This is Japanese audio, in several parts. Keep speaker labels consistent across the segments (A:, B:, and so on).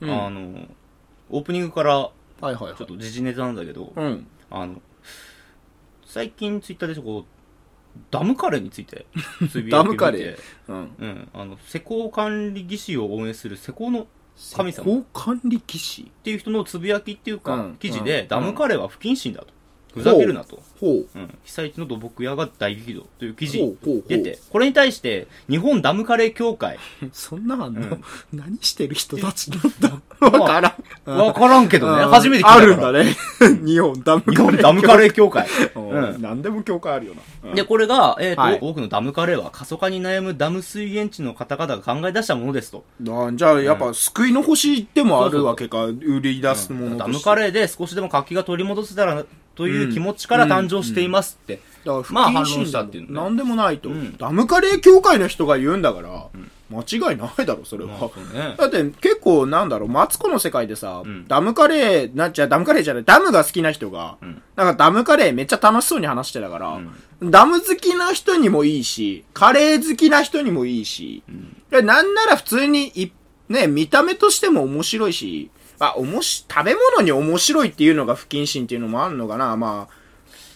A: うん
B: あの、オープニングから、
A: はいはいはい
B: ちょっと時事ネタなんだけど、
A: うん
B: あの、最近ツイッターでちょこう、ダムカレーについて、つぶやいてみて
A: ダムカレーうん
B: うん。あの、施工管理技師を応援する施工の神様
A: 施工管理技師
B: っていう人のつぶやきっていうか、
A: うん
B: 記事
A: う
B: で
A: ん、
B: ダムカレーは不謹慎だと。ふざけるなと。
A: ほう
B: うん、被災地の土木屋が大激怒という記事
A: ほうほうほう
B: 出て、これに対して、日本ダムカレー協会、
A: そんなんあんの、
B: うん
A: 何してる人たちなんだ わからん。
B: わからんけどね、
A: うん
B: 初めて聞いたか
A: あ
B: ら。
A: るんだね。 日本ダムカレ
B: 日
A: ー。
B: 本ダムカレー協会。
A: う。
B: うんん
A: 何でも教会あるよな。
B: で、これが、えーと
A: はい
B: 多くのダムカレーは過疎化に悩むダム水源地の方々が考え出したものですと。
A: うん、じゃあ、やっぱ、救いの星でもあるわけか、売り出すものとして。
B: ダムカ
A: ー。
B: レーで少しでも活気が取り戻せたらという気持ちから誕生していますって。
A: だから
B: まあ
A: 不謹
B: 反論
A: 慎
B: したっていうね
A: なんでもないと、
B: うん
A: ダムカレー協会の人が言うんだから、間違いないだろ、それは。
B: まあそうね
A: だって結構なんだろう、マツコの世界でさ、
B: ん
A: ダムカレー、なんちゃダムカレーじゃない、ダムが好きな人が、
B: ん
A: なんかダムカレーめっちゃ楽しそうに話してたから、ダム好きな人にもいいし、カレー好きな人にもいいし、でなんなら普通にい、ね、見た目としても面白いし、まあ、おもし、食べ物に面白いっていうのが不謹慎っていうのもあるのかな、まあ、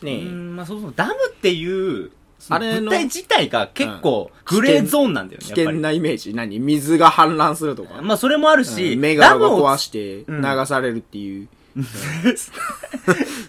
B: う
A: ねえ。
B: ん、まあそもそもダムっていう、
A: あ
B: あれ
A: れの
B: 物体自体が結構グレーゾーンなんだよね、
A: 危
B: やっぱ
A: 険
B: り。
A: なイメージ何水が氾濫するとか。
B: まあそれもあるし、
A: メガ
B: ダ
A: ロ
B: ム
A: が
B: を
A: 壊して流されるっ ていう。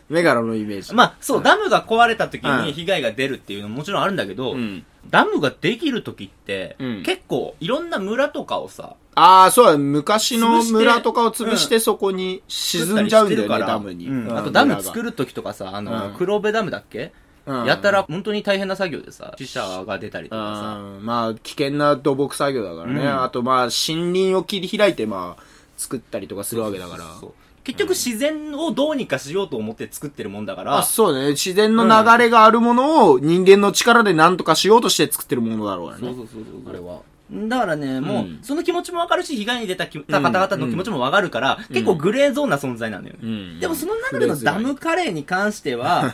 A: メガロのイメージ。
B: まあそう、ダムが壊れた時
A: うん
B: に被害が出るっていうのももちろんあるんだけど、
A: うん
B: ダムができる時って、
A: うん
B: 結構いろんな村とかをさ、
A: ああ、そうだ、昔の
B: 潰して
A: 村とかを潰してそこに沈んじゃうん
B: 作ったりし
A: だよね、
B: てるから
A: ダムに。
B: うんあとダム作
A: る。
B: る時とかさ、あの、
A: うん
B: 黒部ダムだっけ、
A: うん
B: やたら本当に大変な作業でさ、死者が出たりとかさ、
A: うんまあ、危険な土木作業だからね。
B: うん
A: あと、まあ、森林を切り開いて、まあ、作ったりとかするわけだから。
B: そう結局自然をどうにかしようと思って作ってるもんだから、
A: あ、そうだね。自然の流れがあるものを人間の力で何とかしようとして作ってるものだろうから
B: そう
A: ね。
B: そうそうそうあれはだからね、もう、
A: うん
B: その気持ちもわかるし、被害に出たきた方々の気持ちもわかるから、結構グレーゾーンな存在なのよね。
A: ん
B: でもその中で
A: グレー
B: の
A: ゾー
B: ダ
A: ン
B: ムカレーに関して は、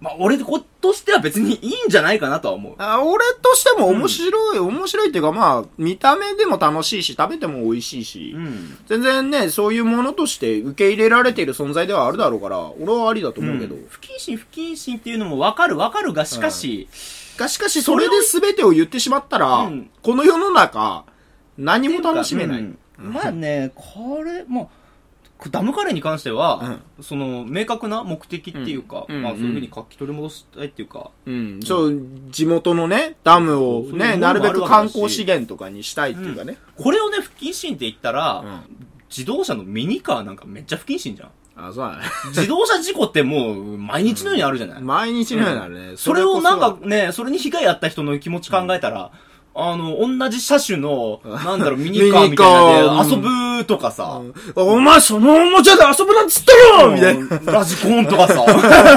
B: まあ俺ことしては別にいいんじゃないかなとは思う。
A: あ俺としても面白い、面白いっていうかまあ、見た目でも楽しいし、食べても美味しいし、
B: うん。
A: 全然ね、そういうものとして受け入れられている存在ではあるだろうから、俺はありだと思うけど。
B: 不謹慎不謹慎っていうのもわかるわかるが、しかし、
A: がしかし、それで全てを言ってしまったら、
B: うん
A: この世の中、何も楽しめない。
B: うんまあね、これ、まあ、ダムカレーに関しては、その、明確な目的っていうか、
A: うん
B: まあ
A: うん
B: そういうふうに活気取り戻したいっていうか、
A: うん、そう、地元のね、ダムを
B: そうそういう
A: ね、
B: ものも
A: なるべ
B: ある
A: く
B: わけだし
A: 観光資源とかにしたいっていうかね。
B: これをね、不謹慎って言ったら、
A: うん
B: 自動車のミニカーなんかめっちゃ不謹慎じゃん。
A: あ、そうだね。
B: 自動車事故ってもう毎日のようにあるじゃない、
A: 毎日のようになるね。
B: それをなん
A: こ
B: かね、それに被害あった人の気持ち考えたら、あの、同じ車種の、なんだろう、ミニカーみたいな
A: ミ
B: ね
A: ニカー
B: 遊ぶとかさ、
A: そ、お前そのおもちゃで遊ぶなんつったろみたいな。
B: な。ラジコンとかさ、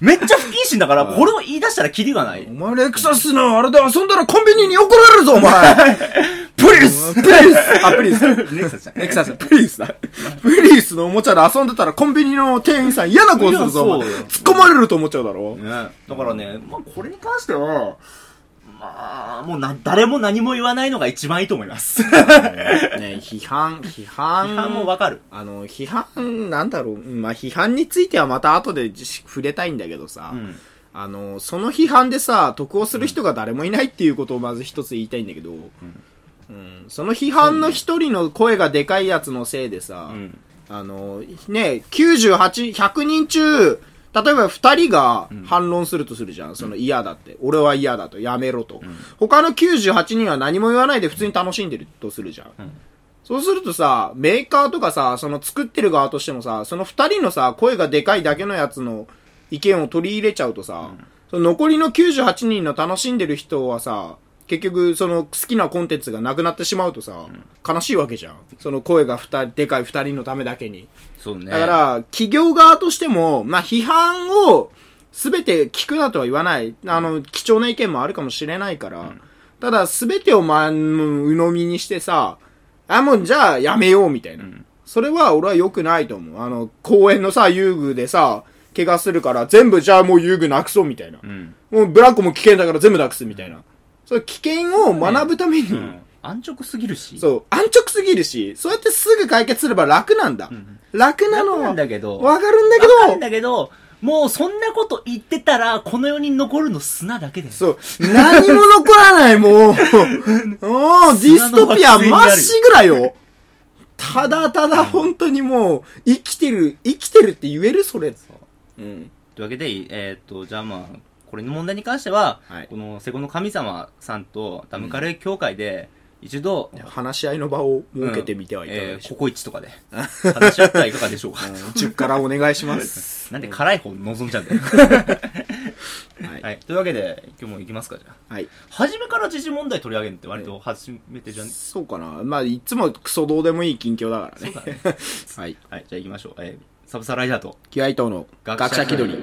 B: めっちゃ不謹慎だから、これを言い出したらキリがない
A: お。前レクサスのあれで遊んだらコンビニに怒られるぞ、お前
B: プリウス
A: プリウスあ、プリウス。
B: レクサスじゃん
A: レクサス、プリウス だ。プリウスのおもちゃで遊んでたらコンビニの店員さん嫌な顔するぞ、お
B: いや
A: 前
B: そうよ
A: 突っ込まれると思っちゃうだろ。
B: ね、だからね、まあこれに関しては、まあ、もうな、誰も何も言わないのが一番いいと思います。
A: ね批判、批 判。
B: あもうわかる。
A: あの、批判、なんだろう、うんまあ、批判についてはまた後でじ触れたいんだけどさ、
B: うん
A: あの、その批判でさ、得をする人が誰もいないっていうことをまず一つ言いたいんだけど、うんその批判の一人の声がでかいやつのせいでさ、
B: ん
A: あの、ね、98、100人中、例えば2人が反論するとするじゃん。その嫌だって。俺は嫌だと。やめろと。他の98人は何も言わないで普通に楽しんでるとするじゃんそうするとさ、メーカーとかさ、その作ってる側としてもさ、その二人のさ、声がでかいだけのやつの意見を取り入れちゃうとさ、その残りの98人の楽しんでる人はさ、結局その好きなコンテンツがなくなってしまうとさ、悲しいわけじゃん。その声が二人、でかい二人のためだけに。
B: そうね
A: だから、企業側としても、まあ、批判を全て聞くなとは言わない。あの、貴重な意見もあるかもしれないから、ただ、全てをま、うん鵜呑みにしてさ、あ、もうじゃあやめようみたいな。それは俺は良くないと思う。あの、公園のさ、遊具でさ、怪我するから、全部じゃあもう遊具なくそうみたいな。
B: うん。
A: もうブラックも危険だから全部なくすみたいな。それ危険を学ぶために、
B: うん安直すぎるし。
A: そう、安直すぎるし、そうやってすぐ解決すれば楽なんだ。
B: ん
A: 楽なの
B: 楽
A: は、
B: な
A: わ
B: ん
A: か
B: だけど。
A: るんだけ
B: わかる
A: ど
B: ん、だけど、もうそんなこと言ってたら、この世に残るの砂だけだよ。
A: そう、何も残らな い、もう。もう、ディストピアまっしぐらよ。ただただ本当にもう、生きてる、生きてるって言えるそれ。うん。
B: というわけで、えーっと、じゃあまあ、これの問題に関しては、
A: はい
B: この、瀬古の神様さんとダムカレー協会で、一度、
A: 話し合いの場を設けてみてはいかが
B: え
A: で
B: ー
A: しょ
B: コ
A: う
B: コイチとかで、話し合ったらいかがでしょう か。
A: か。10からお願いします。
B: なんで辛い方望んじゃうんだ よ。
A: はい
B: はい。というわけで、今日も行きますか、じゃあ。
A: はい。
B: 初めから時事問題取り上げるって割と初めてじゃん。
A: そうかな。まあ、いつもクソどうでもいい近況だからね。はい。
B: はい、じゃあ行きましょう。えーサブサライダーと。
A: キュアイ島の学者気取り。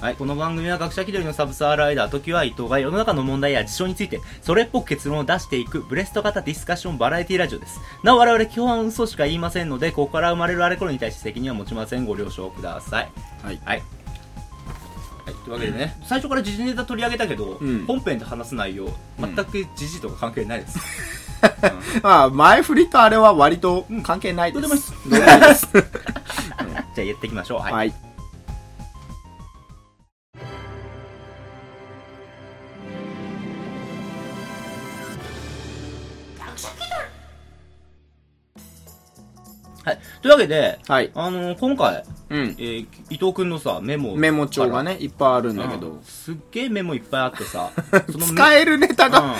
B: はい、この番組は学者気取りのサブサーライダー、時は伊藤が世の中の問題や事象について、それっぽく結論を出していく、ブレスト型ディスカッションバラエティラジオです。なお我々基本は嘘しか言いませんので、ここから生まれるあれこれに対して責任は持ちません。ご了承ください。
A: はい。
B: はい。はい、というわけでね、最初から時事ネタ取り上げたけど、
A: うん
B: 本編で話す内容、全く時事とか関係ないです。
A: まあ、前振りとあれは割と関係な い
B: ど
A: で
B: う
A: す。
B: でもいいっす。
A: どうでもいいです。
B: じゃあやっていきましょう。はい。
A: はい。
B: はい、というわけで、
A: はい。
B: あのー今回、
A: うん。
B: えー伊藤君のさ、メモ。
A: メモ帳がね、いっぱいあるん
B: から。
A: だ
B: だ
A: け
B: けど
A: ど、。
B: すっげえメモいっぱいあって さ、そメ
A: 使えるネタが
B: う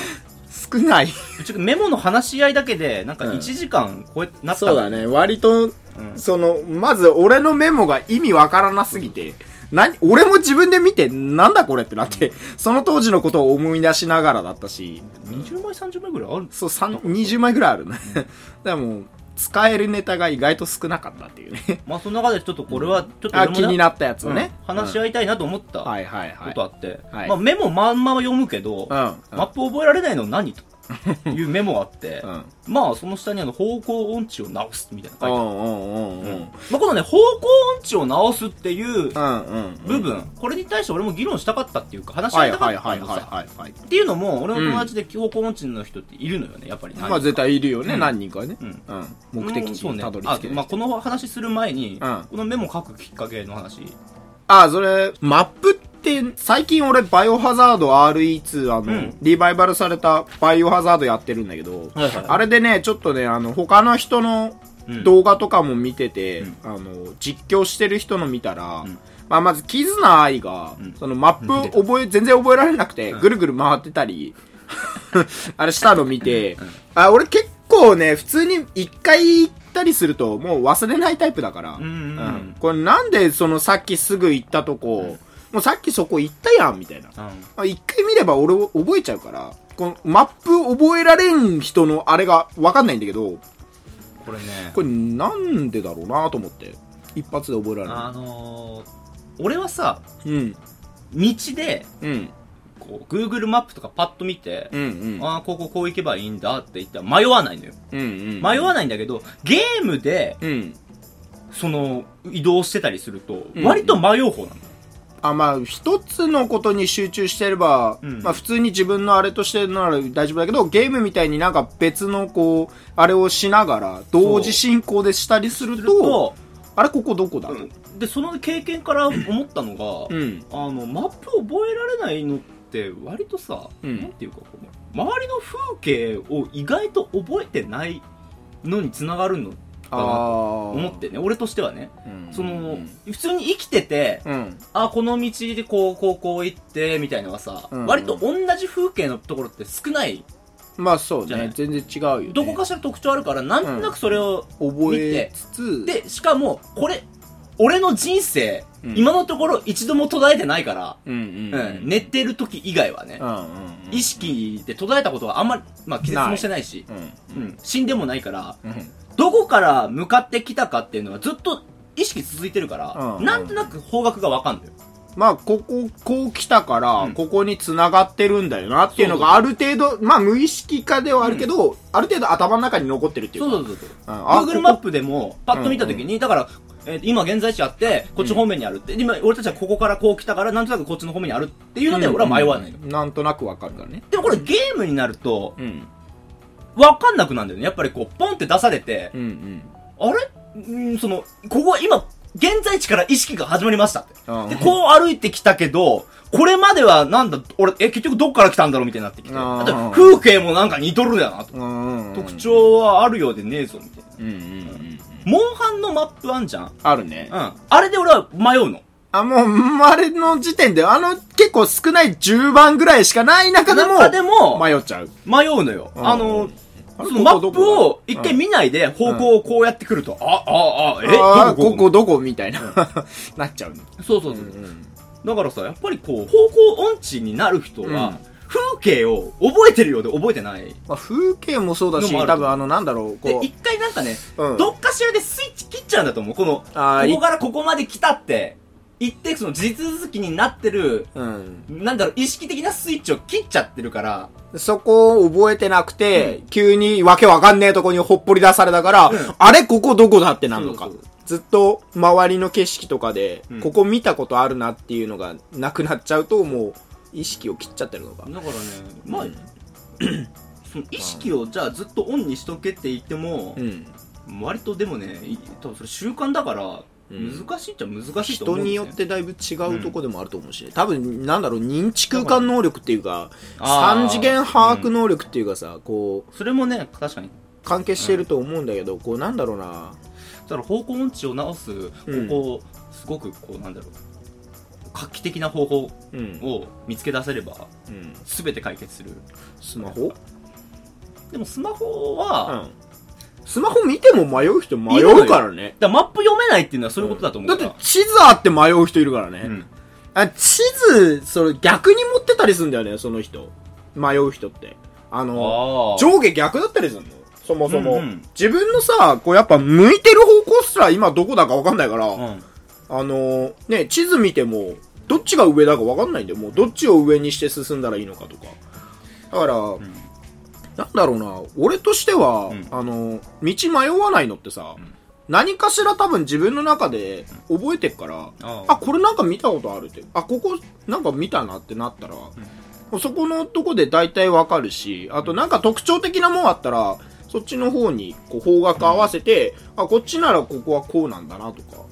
A: 少ない。
B: ん、ちょっとメモの話し合いだけで、なんか
A: うん
B: 1時間超え、なった
A: そうだ
B: ね。
A: ね、割と、
B: うん
A: その、まず俺のメモが意味わからなすぎて、何、俺も自分で見て、なんだこれってなって、その当時のことを思い出しながらだったし、
B: 20枚、30枚ぐらいあるんです
A: そう、三20枚ぐらいあるね。だ からもう、使えるネタが意外と少なかったって いうね。
B: まあ、その中でちょっとこれは、ちょっと
A: あ、気に
B: っ
A: なったやつをね。
B: 話し
A: 合い、
B: 合いたいなと思ったこ
A: はいはいはい
B: とあ。って、
A: はい
B: まあ、メモまんまは読むけど、
A: うんうん
B: マップ覚えられないの何というメモがあって
A: う、ん。
B: まあ、その下にあの、方向音痴を直すみたいな
A: う
B: 書いてある
A: んうんうんうん。うん
B: まあ、このね、方向音痴を直すっていう
A: うんうん。
B: 部分、これに対して俺も議論したかったっていうか、話し合
A: はいい
B: たか
A: はい
B: った
A: はい
B: んで
A: はい
B: さ。
A: はいはい。
B: っていうのも、俺の友達で方向音痴の人っているのよね、やっぱり。
A: まあ絶対いるよね、
B: うん
A: 何人かね。
B: うん
A: うん。目的地
B: そう
A: に
B: ね
A: たどり着け
B: あ
A: る
B: まあ、この話する前に、
A: うん
B: このメモ書くきっかけの話。
A: あ、それ、マップって、最近俺、バイオハザード RE2、あの、
B: ん
A: リバイバルされたバイオハザードやってるんだけど、
B: はいはい
A: あれでね、ちょっとね、あの、他の人の
B: うん
A: 動画とかも見てて、
B: うん
A: あの、実況してる人の見たら、
B: ん
A: まあ、まず、キズナ愛が、
B: うん
A: そのマップを覚え、全然覚えられなくて、ぐるぐる回って たり、あれしたの見て、あ、俺結構ね、普通に一回行ったりすると、もう忘れないタイプだから、
B: うんうんうん
A: うんこれなんでそのさっきすぐ行ったとこ、もうさっきそこ行ったやん、みたいな。
B: う
A: あ一回見れば俺を覚えちゃうから、このマップ覚えられん人のあれがわかんないんだけど、
B: ん、これね、
A: これなんでだろうなと思って。一発で覚えら
B: あのー、俺はさ、
A: れる。うん。
B: 道で、
A: うん。
B: こう、Google マップとかパッと見て、
A: うんうん。
B: ああ、こここう行けばいいんだって言ったら迷わないのよ。
A: うんうん。
B: 迷わ
A: ない。
B: ないんだけど、ゲームで、
A: うん。
B: その、移動してたりすると、
A: うん
B: 割と迷う方なの。
A: あ、まあ、一つのことに集中してれば、
B: うん
A: まあ普通に自分のあれとしてるなら大丈夫だけど、ゲームみたいになんか別のこう、あれをしながら、同時進行でしたりする
B: する
A: と、
B: と、
A: あれここどこだと。
B: うんで、その経験から思ったのが、
A: うん。
B: あの、マップ覚えられないのって、割とさ、
A: うん
B: なんていうか、この、周りの風景を意外と覚えてないのにつながるのか
A: あ
B: なと
A: あ。
B: 思ってね、俺としてはね、
A: うん、
B: その
A: うん、
B: 普通に生きてて、
A: うん。
B: あ、この道でこう、こう、こう行って、みたいなのがさ、
A: うん
B: 割と同じ風景のところって少ない、
A: まあそう
B: じゃな
A: ね
B: い。
A: 全然違うよ、ね。
B: どこかしら特徴あるから、なんとなくそれを、
A: 覚えつつ、
B: で、しかも、これ、俺の人生、
A: うん
B: 今のところ一度も途絶えてないから、
A: うんうん、
B: うん、寝てる時以外はね
A: う、んうんうん。
B: 意識で途絶えたことはあんまり、まあ、気絶もしてないし、
A: うん
B: うん、死んでもないから、
A: うん。
B: どこから向かってきたかっていうのはずっと意識続いてるから、
A: うん
B: なんとなく方角がわかんだよ。
A: まあ、ここ、こう来たから、ここに繋がってるんだよなっていうのが、ある程度、まあ、無意識化ではあるけど、ある程度頭の中に残ってるっていう
B: そう
A: か。
B: そうそうそう。
A: あ
B: Google マップでも、パッと見たときに、だから、えー今現在地あって、こっち方面にあるって、で今、俺たちはここからこう来たから、なんとなくこっちの方面にあるっていうので、俺は迷わないの。
A: なんとなくわかるからね。
B: でもこれゲームになると、
A: うん。
B: わかんなくなるんだよね。やっぱりこう、ポンって出されて
A: う、んうん。
B: あれうんその、ここは今、現在地から意識が始まりましたって。
A: うん
B: で、こう歩いてきたけど、これまではなんだ、俺、え、結局どっから来たんだろうみたいになってきて。
A: うん
B: あと、風景もなんか似とるやなと。
A: うんうん。
B: 特。徴はあるようでねえぞ、みたいな。
A: うんうんうん。
B: モンハンのマップあんじゃん
A: あるね。
B: うん。あれで俺は迷うの。
A: あ、もう、うんあれの時点で、あの、結構少ない10番ぐらいしかない中でも、
B: 中でも
A: 迷っちゃう。
B: 迷うのよ。
A: うん
B: あの、
A: あ
B: そ
A: れ
B: のマッ
A: どこ
B: プ
A: どこ
B: を一回見ないで方向をこうやってくると、あ、あ、あ、え
A: あ
B: ど
A: ー
B: こ
A: ここどこみたいな、 なっちゃうね。
B: そうそうそう。
A: ん
B: だからさ、やっぱりこう、方向音痴になる人
A: うん
B: は、風景を覚えてるようで覚えてない。
A: まあ、風景もそうだし、
B: のもある
A: 多分あの、なんだろう、
B: で
A: こ、
B: 一
A: う、
B: 回なんかね、
A: うん
B: どっかしらでスイッチ切っちゃうんだと思う。この、こ
A: あーい
B: こからここまで来たって、言って、その地続きになってる、
A: うん。
B: なんだろう、意識的なスイッチを切っちゃってるから、
A: そこを覚えてなくて、急にわけわかんねえとこにほっぽり出されたから、
B: ん
A: あれここどこだってなるのか
B: そうそう。
A: ずっと周りの景色とかで、
B: うん
A: ここ見たことあるなっていうのがなくなっちゃうと、もう、意識を切っちゃってるのか。
B: だからね、まあ
A: うん、
B: その意識をじゃあずっとオンにしとけって言っても
A: う、ん。
B: 割とでもね、い多分それ習慣だから、
A: うん
B: 難しいっちゃ難しいと思う
A: 人
B: んです
A: に
B: よ
A: よってだいぶ違うとこでもあると思うし、多分、なんだろう、認知空間能力っていうか、
B: あー
A: 三次元把握能力っていうかさ、こう、
B: それもね、確かに。
A: 関係してると思うんだけど、こう、なんだろうな、
B: だから方向音痴を直す、こ
A: うん
B: こ、すごくこう、なんだろう、画期的な方法
A: うん。
B: を見つけ出せれば、
A: うん、
B: すべて解決する。
A: スマホ
B: でもスマホ
A: う
B: は、
A: ん。スマホ見ても迷う人迷うからね。
B: だからマップ読めないっていうのはそういうことだと思うから。
A: だって地図あって迷う人いるからね。
B: うん
A: あ地図、それ逆に持ってたりするんだよね、その人。迷う人って。あ
B: あ
A: の、
B: ー
A: 上下逆だったりするのそもそも、
B: うんうん
A: 自分のさ、こうやっぱ向いてる方向すら今どこだかわかんないから、
B: うん
A: あの、ね、地図見ても、どっちが上だかわかんないんだよ。もうどっちを上にして進んだらいいのかとか。だから、
B: ん
A: なんだろうな、俺としては、
B: うん
A: あの、道迷わないのってさ、
B: ん
A: 何かしら多分自分の中で覚えてっから、
B: あー
A: あ、これなんか見たことあるって。あ、ここなんか見たなってなったら、そこのとこで大体わかるし、あとなんか特徴的なもんあったら、そっちの方にこう方角合わせて、あ、こっちならここはこうなんだなとか。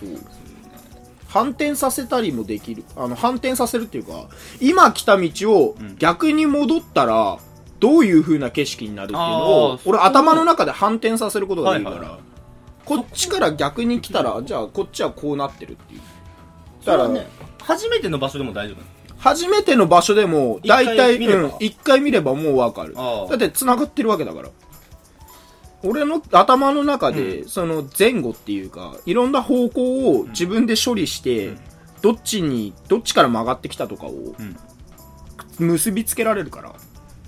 A: そう。反転させたりもできる。あの、反転させるっていうか、今来た道を
B: うん
A: 逆に戻ったら、どういう風な景色になるっていうの
B: あ
A: を
B: ー、
A: 俺頭の中で反転させることができるから、
B: はいはい
A: こっちから逆に来たら、じゃあこっちはこうなってるっていう。
B: そ
A: だ
B: れ
A: から、
B: はね、初めての場所でも大丈夫なの
A: 初めての場所でも、大体、
B: 一回見れば
A: うん一回見ればもうわかる。
B: あー
A: だって繋がってるわけだから。俺の頭の中で、その前後っていうか、いろんな方向を自分で処理して、
B: うん
A: どっちに、どっちから曲がってきたとかを
B: うん
A: 結びつけられるから。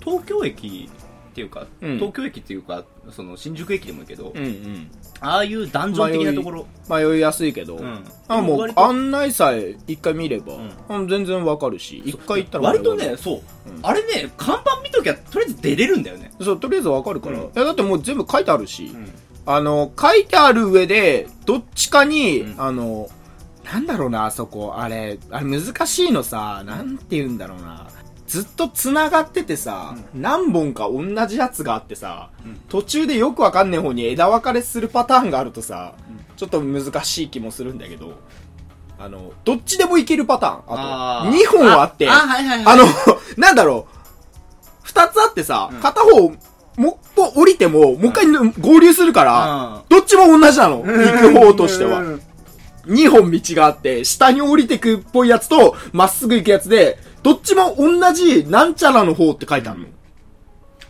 B: 東京駅っていうか、
A: うん
B: 東京駅っていうかその新宿駅でもいいけど、
A: うんうん。
B: ああいうダンジョン的なところ、
A: 迷いやすいけど、
B: うん、
A: あもう
B: 割と
A: 案内さえ一回見れば、
B: う
A: うん全然わかるし、一回行ったら
B: 割と
A: わかる
B: ね、そう、
A: うん
B: あれね、看板見ときゃ、とりあえず出れるんだよね。
A: そう、とりあえずわかるから、
B: うん
A: いやだってもう全部書いてあるし、
B: ん。
A: あの、書いてある上で、どっちかに、
B: うん
A: あの、なんだろうな、あそこ。あれ、あれ難しいのさ、なんて言うんだろうな。ずっと繋がっててさ、何本か同じやつがあってさ、
B: うん
A: 途中でよくわかんない方に枝分かれするパターンがあるとさ、ちょっと難しい気もするんだけど、あの、どっちでもいけるパターン。あと、
B: ー
A: 2本あって、
B: あ、はいはいはい。
A: あの、 なんだろう、二つあってさ、
B: うん
A: 片方、もう、こう降りても、もう一回ぬ合流するから、
B: あ
A: どっちも同じなの。行く方として
B: う
A: は。
B: ん
A: 二本道があって、下に降りてくっぽいやつと、まっすぐ行くやつで、どっちも同じ、なんちゃらの方って書いてあるの。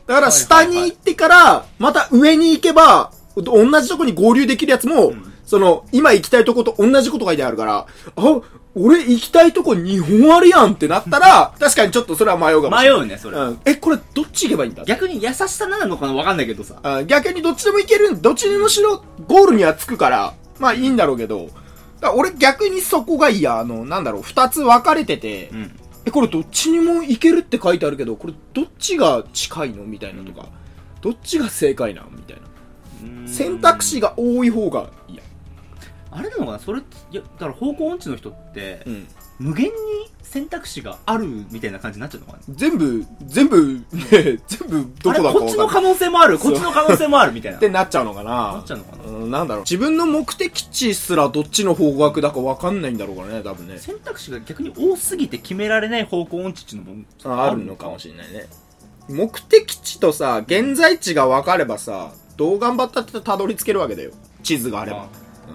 A: だから、下に行ってから、また上に行けば、同じとこに合流できるやつも、
B: うん
A: その、今行きたいとこと同じこと書いてあるから、あ、俺行きたいとこ日本あるやんってなったら、確かにちょっとそれは迷うかもし
B: 迷
A: れない。
B: うね、それ。
A: うん。え、これどっち行けばいいんだ
B: 逆に優しさなのかなわかんないけどさ。
A: あ逆にどっちでもいけるん、どっちにもしろゴールにはつくから、まあいいんだろうけど、から俺逆にそこがいや、あの、なんだろう、二つ分かれてて、
B: うん。
A: え、これどっちにもいけるって書いてあるけど、これどっちが近いのみたいなとか、どっちが正解なのみたいな。
B: うん
A: 選択肢が多い方がいいや。
B: あれなのかなそれっていやだから方向音痴の人って、
A: うん。
B: 無限に選択肢があるみたいな感じになっちゃうのかな
A: 全部、全部、ね、全部どこだか
B: あれこっ
A: わ
B: ちの
A: かんない。
B: 可能性もある
A: そ
B: こ
A: う
B: っちの可能性もある みたいな
A: ってなっちゃうのか
B: な
A: な
B: っちゃうのかな、
A: うん、なんだろう。自分の目的地すらどっちの方角だかわかんないんだろうからね、多分ね。
B: 選択肢が逆に多すぎて決められない方向音痴っていうのも
A: ああるのかもしれないね。目的地とさ、現在地が分かればさ、どう頑張ったってたどり着けるわけだよ。地図があれば
B: ま。
A: うん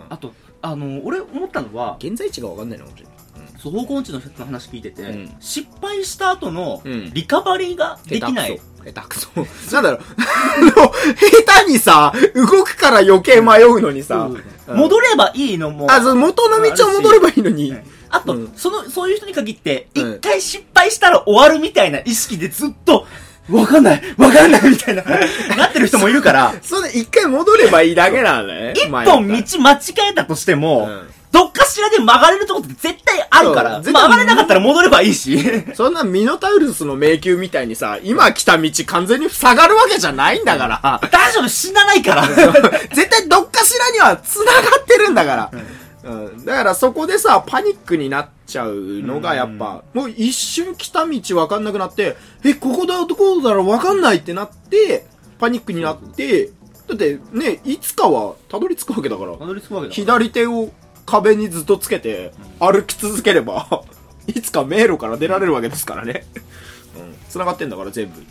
B: あとあの俺思ったのは
A: 現在地が分かんないのかもしれない。
B: そう方向音痴の人の話聞いてて、
A: うん
B: 失敗した後の
A: うん
B: リカバリーができない、
A: 下手くそ。下手くそ。 なんだろう。あの下手にさ、動くから余計迷うのにさ、
B: うん戻ればいいのも
A: あ、そう元の道を戻ればいいのに
B: うん。あと、
A: うん
B: その、そういう人に限って、一、
A: うん
B: 回失敗したら終わるみたいな意識でずっと、 わかんないわかんないみたいな、 なってる人もいる から、
A: それ一回戻ればいいだけなのね。
B: 一本
A: 迷った
B: 道間違えたとしても、
A: うん
B: どっかしらで曲がれるとこって絶対あるから、
A: そう絶対
B: 曲がれなかったら戻ればいい し。
A: そんなミノタウルスの迷宮みたいにさ、今来た道完全に塞がるわけじゃないんだから。
B: 大丈夫、死なないから。
A: 絶対どっかしらには繋がってるんだから。うん、だからそこでさ、パニックになっちゃうのがやっぱ、もう一瞬来た道わかんなくなって、え、ここだ、どこだろうわかんないってなって、パニックになって、だってね、いつかはたどり着くわけだから、
B: 戻り着くわけだから。
A: 左手を壁にずっとつけて、歩き続ければ、 いつか迷路から出られるわけですからね。うん、繋がってんだから全部。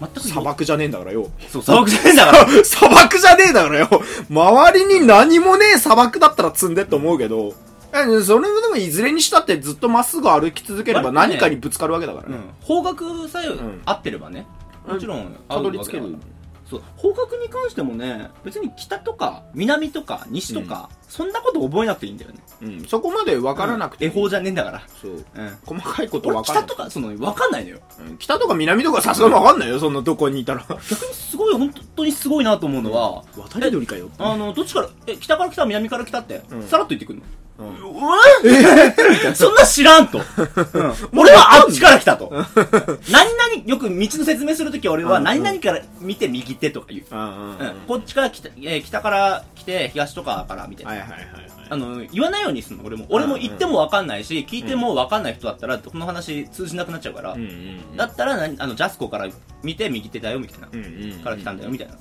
B: 全く
A: 砂漠じゃねえんだからよ。
B: そう、砂漠じゃねえんだから。
A: 砂漠じゃねえだからよ。周りに何もねえ砂漠だったら積んでって思うけど。えそれでもいずれにしたってずっとまっすぐ歩き続ければ
B: 割とね
A: 何かにぶつかるわけだから
B: う
A: ね。
B: ん。方角さえ
A: ん
B: 合ってればね。もちろん、
A: たどり着け
B: 合うわ
A: る
B: だから。そう、方角に関してもね、別に北とか、南とか、西とか、そんなこと覚えなくていいんだよね。
A: うん。そこまで分からなくて。
B: うん絵法じゃねえんだから。
A: そう。
B: うん。
A: 細かいこと
B: 俺、
A: 分
B: 北
A: からない
B: とか、その、わかんないのよ。
A: うん北とか南とかさすがに分かんないよ。そんなどこにいたら。
B: 逆にすごい、本当にすごいなと思うのは、
A: 渡り鳥かよ。
B: あの、どっちから、え、北から来た、南から来たって、
A: うん
B: さらっと言ってくるの。
A: う
B: うんわ そんな知らんと。俺はあっちから来たと。何々、よく道の説明するとき俺は
A: うん
B: 何々から見て右手とか言う。
A: うんうん
B: うん。こっちから来た、えー北から来て、東とかからみたいな
A: はいはいはいはい。
B: あの、言わないようにするの、俺も。俺も言ってもわかんないし、聞いてもわかんない人だったら、この話通じなくなっちゃうから
A: うん。うん
B: だったら、何あの、ジャスコから見て右手だよ、みたいな
A: う。んうん。
B: から来たんだよ、みたいなさ。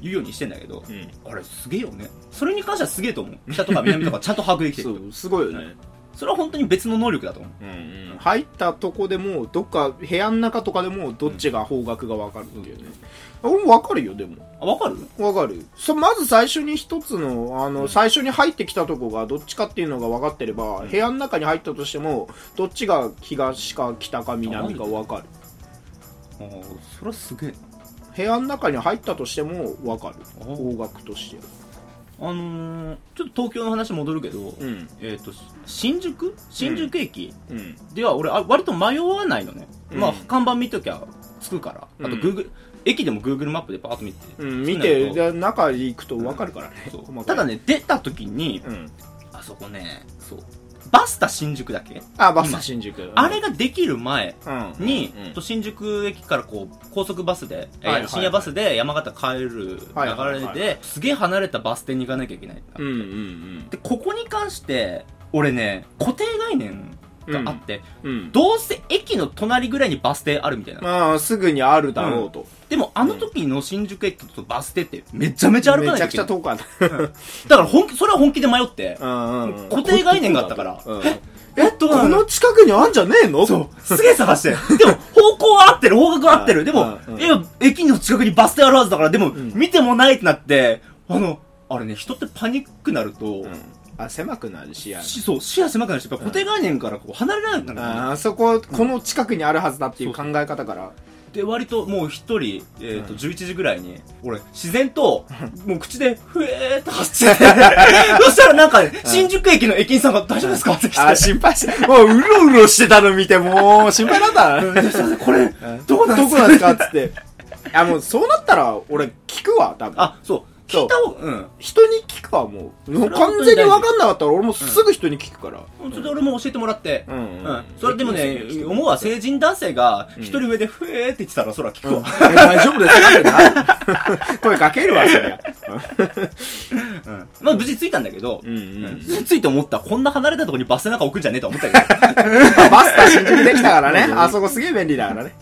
B: 言うようにしてんだけど
A: う、ん。
B: あれすげえよね。それに関してはすげえと思 う。北とか南とかちゃんと把握できて
A: そ
B: る。
A: う、すごいよね。
B: それは本当に別の能力だと思う。
A: うんうん入ったとこでもどっか部屋の中とかでもどっちが方角が分かるっていうね、俺も分かるよでも
B: あ、わかる
A: 分かるそまず最初に一つのあの、最初に入ってきたとこがどっちかっていうのが分かってれば、部屋の中に入ったとしてもどっちが東か北か南か分かる
B: ああ、それはすげえな。
A: 部屋の中に入ったとしても分かる
B: あ
A: 方角として
B: あのー、ちょっと東京の話戻るけど、
A: ん
B: えっ、と、し新宿新宿駅
A: うん
B: では俺、あ割と迷わないのね。
A: うん
B: まあ、看板見ときゃ着くから。あと、
A: うん
B: Google、駅でも Google マップでパーッと見て。
A: うん、見て
B: 好きな
A: で中行くと分かるからね、
B: こと
A: 細
B: そ
A: か
B: う
A: い
B: ただね、出た時に、
A: うん
B: あそこね、そう。バスタ新宿だっけ、
A: あバスタ新宿
B: あれができる前
A: うん
B: に、
A: うん
B: と新宿駅からこう高速バスで、えー
A: はいはい
B: 深夜バスで山形帰る流れで、
A: はいはいはい
B: すげえ離れたバス停に行かなきゃいけない、
A: うんうんうん
B: でここに関して俺ね固定概念があって、
A: うん
B: どうせ駅の隣ぐらいにバス停あるみたいな、
A: まあ、すぐにあるだろうと。
B: でもあの時の新宿駅とバス停ってめちゃめちゃ歩か
A: め
B: ない
A: ち
B: と
A: ゃ
B: いけ
A: くち
B: な
A: ゃ
B: い
A: 遠くある。
B: だから本気それは本気で迷って、
A: うんうんうん
B: 固定概念があったから
A: うん
B: えっと
A: この近くにあんじゃねえの
B: そう。すげえ探して。でも、方向は合ってる、方角は合って
A: う
B: る。
A: ん
B: でも、
A: うん
B: いや、駅の近くにバス停あるはずだから、でも、
A: ん
B: 見てもないってなって、あの、あれね、人ってパニックなると、
A: うんあ、狭くなるし、あ
B: しそう、視野狭くなるし、やっぱ固定概念からこう離れられなくなる、
A: あそこ、この近くにあるはずだっていう考え方から。
B: で、割ともう一人、えっ、と、
A: うん
B: 11時ぐらいに、俺、自然と、もう口で、ふえーって走っ て、そしたらなんかね、新宿駅の駅員さんが大丈夫ですかって来て。
A: あ、心配して、 もううろうろしてたの見て、もう心配だった
B: うんすいませんこれ、
A: な。
B: どこなんですか
A: どこなんですかっつって。あ、もうそうなったら、俺聞くわ、多分。
B: あ、そう。
A: 聞いた方
B: そう
A: うん。人に聞くわ、もう。も
B: それは
A: う
B: 本
A: 完
B: 当に
A: 全に分かんなかったら、俺もすぐ人に聞くから。
B: ちょっと俺も教えてもらって。
A: うんうん
B: それでもね、思うは成人男性が、一人上で、ふえーって言ってたら、そら聞くわ。
A: え大丈夫ですか 声かけるわ、そりゃ。
B: うん。まあ、無事着いたんだけど、
A: うんうん
B: うんついて思った。こんな離れたところにバスなんか置くんじゃねえと思ったけど。
A: バスター新宿できたからね。あそこすげえ便利だからね。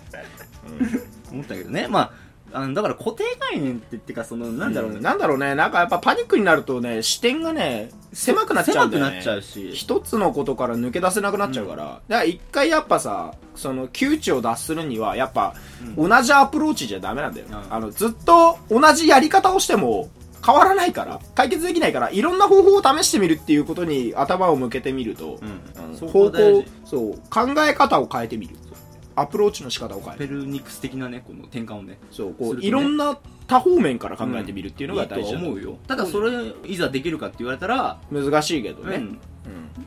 B: 思ったけどね。まあ、あの、だから固定概念って、ってか、その、なんだろうね。
A: なんだろうね。なんかやっぱパニックになるとね、視点がね、狭くなっちゃうんだよね。
B: 狭くなっちゃうし
A: 一つのことから抜け出せなくなっちゃうから。だから一回やっぱさ、その窮地を脱するには、やっぱ、同じアプローチじゃダメなんだよ。
B: うん
A: あの、ずっと同じやり方をしても、変わらないから、解決できないから、いろんな方法を試してみるっていうことに頭を向けてみると、あ
B: う
A: の
B: ん。そこ
A: 方
B: 大
A: 向
B: 事。、
A: そう、考え方を変えてみる。アプローチの仕方を変える
B: ペルニクス的なね、この転換をね。
A: そう、こ
B: す
A: う、
B: るとね
A: いろんな多方面から考えてみるっていうのが大
B: いい
A: 事だと
B: と
A: 思
B: 思うよ。ただ、それ、いざできるかって言われたら、
A: う。難しいけどね。
B: うん。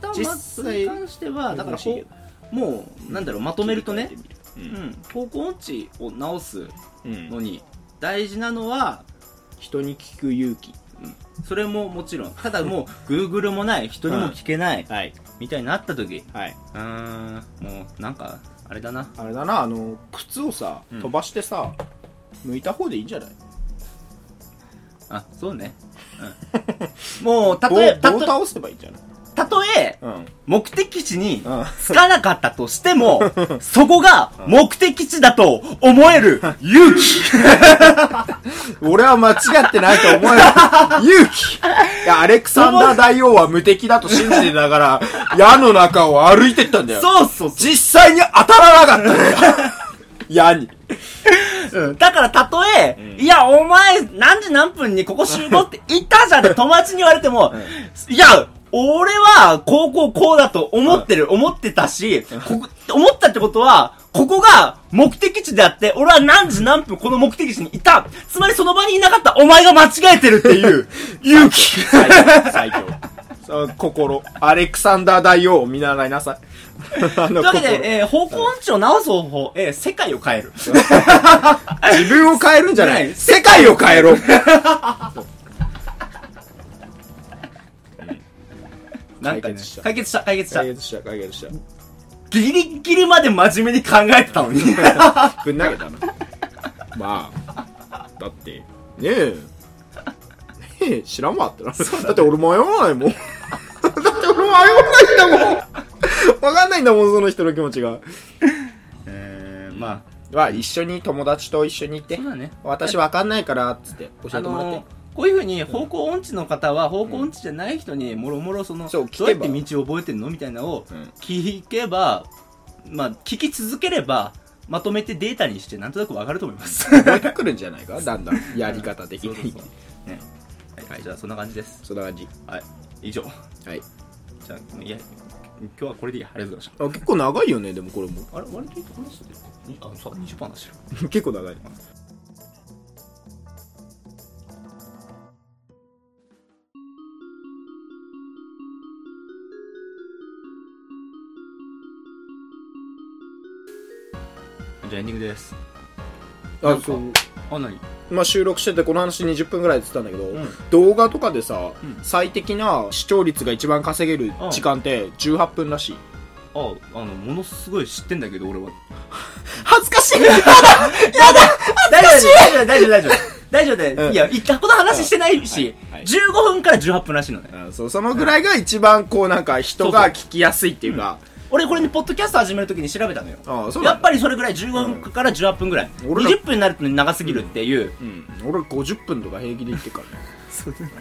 B: ただ、
A: 実
B: まあ、
A: 際
B: それに関しては、だから、
A: 難しいけ
B: こ
A: ど
B: う、もう、なんだろう、まとめるとね、
A: う。
B: うんん。方向音痴を直す
A: うん
B: のに、大事なのは、
A: 人に聞く勇気。
B: それももちろん。ただも う、Google もない、人にも聞けない、
A: はい。
B: みたいになった時、
A: はい。
B: うーん、もう、なんか、あれだな。
A: あれだな、あの、靴をさ、
B: うん
A: 飛ばしてさ、向いた方でいいんじゃない
B: あ、そうね。うん。もう、た
A: 棒
B: とえ、た
A: 棒
B: と
A: 倒せばいいんじゃない
B: たとえ、
A: うん。
B: 目的地に
A: うん、
B: 着かなかったとしても、そこが目的地だと思える勇気。
A: 俺は間違ってないと思える。勇気いや、アレクサンダー大王は無敵だと信じてながら、矢の中を歩いてったんだよ。
B: そうそうそ
A: 実際に当たらなかったんだよ。 矢に。
B: う。うんだからたとえ、
A: うん
B: いや、お前、何時何分にここ集合って言ったじゃん って友達に言われても、いや、俺は、高校こうだと思ってる、思ってたし、ここ思ったってことは、ここが目的地であって、俺は何時何分この目的地にいた。つまりその場にいなかったお前が間違えてるっていう、 勇気。
A: 最強。最強。そう心。アレクサンダー大王を見習いなさい。 あ
B: と
A: の
B: いうわけ
A: 心。
B: で、えー方向音痴を直す方法、えー世界を変える。
A: 自分を変えるんじゃ な
B: ない
A: い 世界を変えろ。
B: なんか
A: 解
B: ね
A: 決した
B: 解決した、解決した。
A: 決した、解決し
B: ギリギリまで真面目に考えてたのに。
A: た。ぶん投げたな。 まあ、だって、ね え。ねえ、知らんわってな。だって俺迷わないもん。だ って俺迷わないんだもん。わかんないんだもん、その人の気持ちが。
B: えー、まあ、
A: まあ、一緒に友達と一緒に行って
B: そう、だね。
A: 私わかんないから、つって教えてもらって。
B: あのーこういうふうに方向音痴の方は方向音痴じゃない人にもろもろその、
A: そう
B: どうやっ
A: 聞けば
B: て道を覚えてるのみたいなのを
A: うん
B: 聞けば、まあ聞き続ければまとめてデータにしてなんとなくわかると思います。
A: 覚えてくるんじゃない かだんだんやり方的に
B: そうそうそうねはい、じゃあそんな感じです。
A: そんな感じ
B: はい、以上。
A: はい
B: じゃあ、いや、今日はこれでいい。ありがとうございまし
A: あ結構長いよねでもこ れも
B: た。あれ、割といいと話してるにあ、そう、20%話してる。
A: 結構長い
B: じゃあエンディングです。な
A: あ
B: んか
A: そう
B: あ、なに
A: まあ収録しててこの話20分ぐらいって言ったんだけど、
B: うん
A: 動画とかでさ、
B: うん
A: 最適な視聴率が一番稼げる時間って18分 らしい、
B: あ、あの、ものすごい知ってんだけど、俺は。
A: 恥ずか しい
B: 大丈夫、大丈夫、大丈夫、大丈夫。大丈夫だよ、
A: うん
B: いや、一回この話してないし、
A: うんはいはい
B: 15分から18分らしいのね。
A: うんそうそのぐらいが一番こうなんか人が聞きやすいっていうか
B: 俺これね、ポッドキャスト始めるときに調べたのよ。
A: ああそう
B: や
A: だ、
B: っ
A: ね、
B: ぱりそれぐらい15分から18分ぐらい。
A: 俺ら
B: 20分になると長すぎるっていう。
A: うん俺50分とか平気で言ってるからねそうだね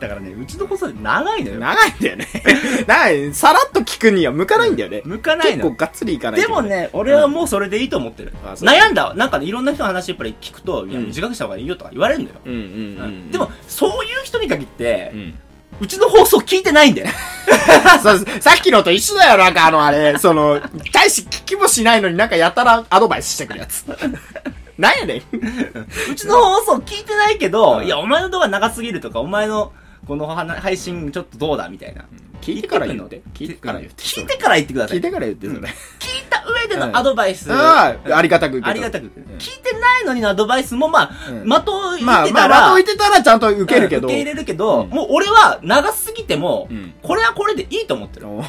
B: だからね、うちの子さ長いのよ。
A: 長いんだよね。長い。さらっと聞くには向かないんだよね。
B: 向かない
A: 結構
B: の。
A: がっつりいかない
B: で
A: と
B: もね、俺はもうそれでいいと思ってる。
A: あそう
B: 悩んだわ。なんかね、いろんな人の話やっぱり聞くと、いや、
A: うん
B: 短くした方がいいよとか言われるのよ。
A: うんうんうん、
B: でも、、そういう人に限って
A: う、ん、
B: うちの放送聞いてないんだよ。
A: そうさっきのと一緒だよ、なんかあのあれ、その、大し聞きもしないのになんかやたらアドバイスしてくるやつ。なんやねん。
B: うちの放送聞いてないけど、
A: うん
B: いや、お前の動画長すぎるとか、お前のこの話配信ちょっとどうだみたいな。
A: 聞いてから言って。聞いてから言って。
B: 聞いてから言ってくださ
A: 聞
B: い。
A: い
B: 聞い
A: てから言って、それ。
B: た上でのアドバイス。
A: ああ、ありがたく受け
B: あ
A: た。
B: りがたく。
A: ん
B: 聞いてないないのにのアドバイスも、まあ、
A: うん
B: まといてたら、
A: まあ、まあ、まといてたらちゃんと受けるけど。
B: うん受け入れるけど、
A: うん
B: もう俺は長すぎても、
A: うん
B: これはこれでいいと思ってる。うん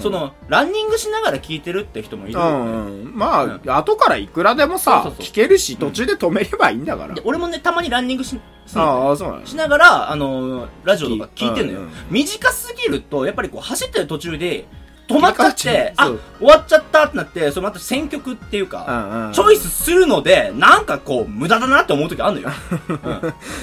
B: その、ランニングしながら聞いてるって人もいる
A: う
B: よね、
A: ん。うんまあ、後からいくらでもさ
B: そうそうそう
A: 聞けるし、途中で止めればいいんだから
B: で。俺もね、たまにランニングし、するの
A: ああ、そうなんだ
B: しながら、あのーラジオとか聞いてんのよ。
A: うんうん
B: 短すぎると、やっぱりこう、走ってる途中で、止まっちゃっ
A: 切り替わ
B: て
A: っ、ちゃ
B: あ
A: うそう、
B: 終わっちゃったってなって、その後選曲っていうか、
A: うんうん
B: チョイスするので、なんかこう、無駄だなって思う時あるの よ。うん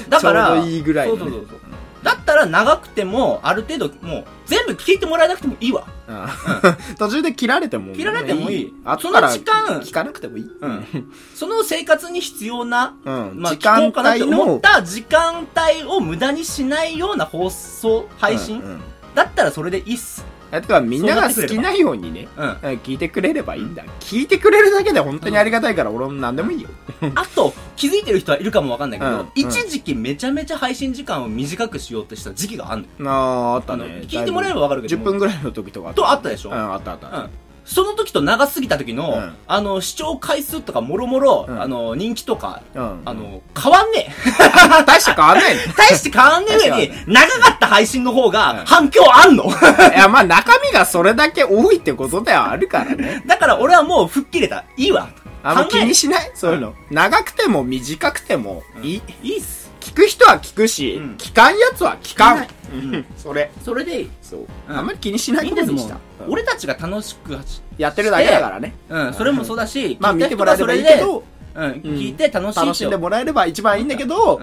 B: だから、
A: ちょうどいいぐらい
B: そ
A: の
B: うそ
A: ね
B: うそうそう。だったら長くても、ある程度、もう、全部聞いてもらえなくてもいいわ。
A: うん 途中で切られても
B: 切られてもいい
A: 後から
B: その時間
A: 聞かなくてもいい。
B: うんその生活に必要な、
A: うん
B: まあ、
A: 時間
B: 聞こ
A: 帯
B: うかなって思
A: の
B: った時間帯を無駄にしないような放送、配信、
A: うんうん
B: だったらそれでいいっす。
A: あとはみんなが好きなようにね、
B: うん。
A: うん聞いてくれればいいんだ。聞いてくれるだけで本当にありがたいから、俺も何でもいいよ。
B: あと、気づいてる人はいるかもわかんないけど、
A: うん
B: 一時期めちゃめちゃ配信時間を短くしようとした時期があんのよ。
A: ああ、あった
B: あの
A: ね。
B: 聞いてもらえばわかるけど
A: 10分ぐらいの時とかあった。
B: とあったでしょ、
A: うん、あったあった。
B: うんその時と長すぎた時の、
A: うん
B: あの、視聴回数とかもろもろ、
A: うん
B: あの、人気とか、
A: うん
B: あ、の、変わんね
A: 大して変わんないの
B: え。 大して変わんねえ上に、長かった配信の方
A: う
B: が
A: ん
B: 反響あんの
A: いや、まあ中身がそれだけ多いってことではあるからね。
B: だから俺はもう吹っ切れた。いいわ。
A: あんま
B: 考え
A: 気にしないそういうの。長くても短くてもいい。
B: いいっす。
A: 聞く人は聞くし
B: うん、
A: 聞かんやつは聞かん。
B: うん
A: それ。
B: それでいい。
A: そう。
B: うん
A: あんまり気にしないい
B: いん
A: こ
B: で
A: と
B: す
A: に
B: もん
A: した。うん
B: 俺たちが楽しく走
A: やってるだけだからね。
B: うん、それもそうだし、
A: まあ
B: 聞い
A: 見
B: た
A: て
B: 人
A: もら
B: がそ
A: えれば
B: れ
A: いいけ
B: で、
A: ど、
B: うん、
A: うん
B: 聞いて楽しい
A: 楽
B: し
A: しん
B: よ
A: でもらえれば一番いいんだけど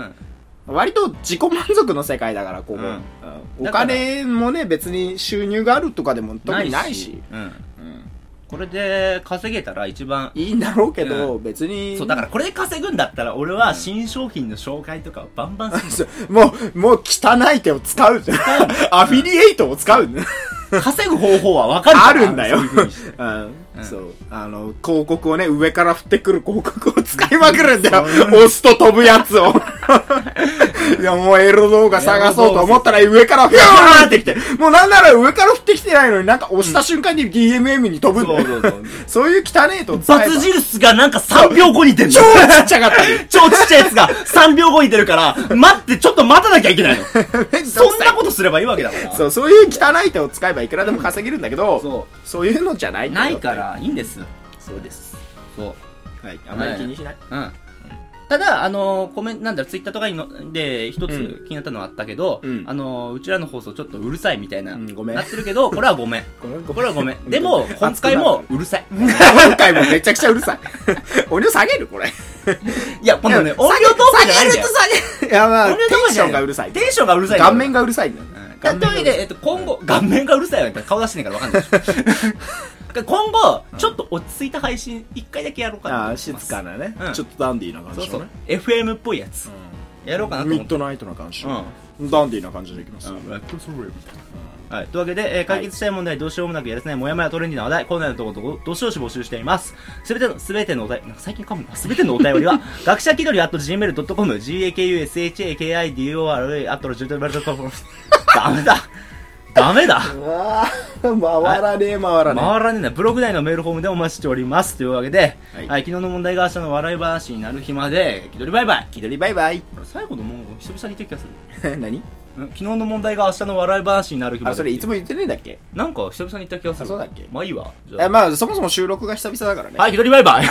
B: う、ん
A: 割と自己満足の世界だから、ここ。
B: うん
A: うんお
B: だから
A: 金もね、別に収入があるとかでも特にないし。
B: うん、
A: うん
B: これで稼げたら一番
A: いいんだろうけど、別に。
B: そうだからこれで稼ぐんだったら俺は新商品の紹介とかをバンバンする
A: もう、もう汚い手を使う。アフィリエイトを使う。
B: の稼ぐ方法は分かるから
A: あるんだよ
B: そういうふうにして
A: うん
B: うん
A: そう。あの、広告をね、上から降ってくる広告を使いまくるんだよ。
B: そういう
A: 押すと飛ぶやつ を。いや、もうエロ動画探そうと思ったら上からフューってきて。もうなんなら上から降ってきてないのになんか押した瞬間に DMM に飛ぶんだよ。
B: そうそうそう
A: そういう汚いと使えば
B: バツ印がなんか3秒後に出るの
A: 超ちっちゃか ったり。
B: 超ちっちゃいやつが3秒後に出るから待ってちょっと待たなきゃいけない のそんなことすればいいわけだから
A: そう、そういう汚い手を使えばいくらでも稼げるんだけど、
B: そ
A: そういうのじゃな
B: う
A: い
B: ないからいいんです
A: そうです。
B: そう
A: はい。あまり気にしない。
B: うん。ただ、あのーコメント、なんだろう、ツイッターとかにの、で、一つ
A: う
B: 気になったのはあったけど、
A: うん
B: あのーうちらの放送ちょっとうるさいみたいな、
A: うんごめん
B: なってるけど、これはごめん。
A: ごめん、
B: これはごめん。でも、今回もうるさい。
A: 今回もめちゃくちゃうる さい。音量下げるこれ。
B: いや、このね、音量トークじゃないんだよ。
A: いや、まあ、
B: 音
A: テ
B: 量トー
A: ン
B: ク
A: シ
B: じゃ
A: ョ
B: ない
A: ンがうるさい。
B: テンションがうるさいんだよ。
A: 顔面がうるさいんだよね。
B: うん。というわけで、えっと、今後、顔面がうるさいわけ顔出してねえからわかんないでしょ。今後、ちょっと落ち着いた配信、一回だけやろうかなと
A: あ
B: 思
A: あ、
B: って
A: 静
B: ます。
A: かなね
B: うん。
A: ちょっとダンディーな感
B: そう
A: じ
B: そ
A: のね
B: う。。FM っぽいやつ。やろうかな
A: う
B: と
A: ん
B: 思っ
A: ミッ
B: て。
A: ドナイトな感じ
B: う。ん。
A: ダンディーな感じでいきます。
B: はい、というわけで、えー解決したい問題、どうしようもなくやらせない、もやもやトレンディな話題、コーナーのところど、どしどし募集しています。すべての、すべてのお題、なんか最近噛むな、すべてのお便 りは、学者気取り at gmail.com、gakushakidori at gmail.com。ダメだダメだ
A: うわー回らねえ、回らね
B: 回らねえな。ブログ内のメールフォームでお待ちしております。というわけで、は、
A: はいい
B: 昨日の問題が明日の笑い話になる日まで、気取りバイバイ
A: え。気取りバイバイ。
B: 最後のもう久々に言ってる気がする。
A: 何
B: ん昨日の問題が明日の笑い話になる日まで。
A: あ、それいつも言ってねえんだっけ
B: なんか久々に言った気がする。
A: あそうだっけ
B: まあいいわ。じゃあ
A: えまあ、そもそも収録が久々だからね。
B: はい、ひとりバイバイ。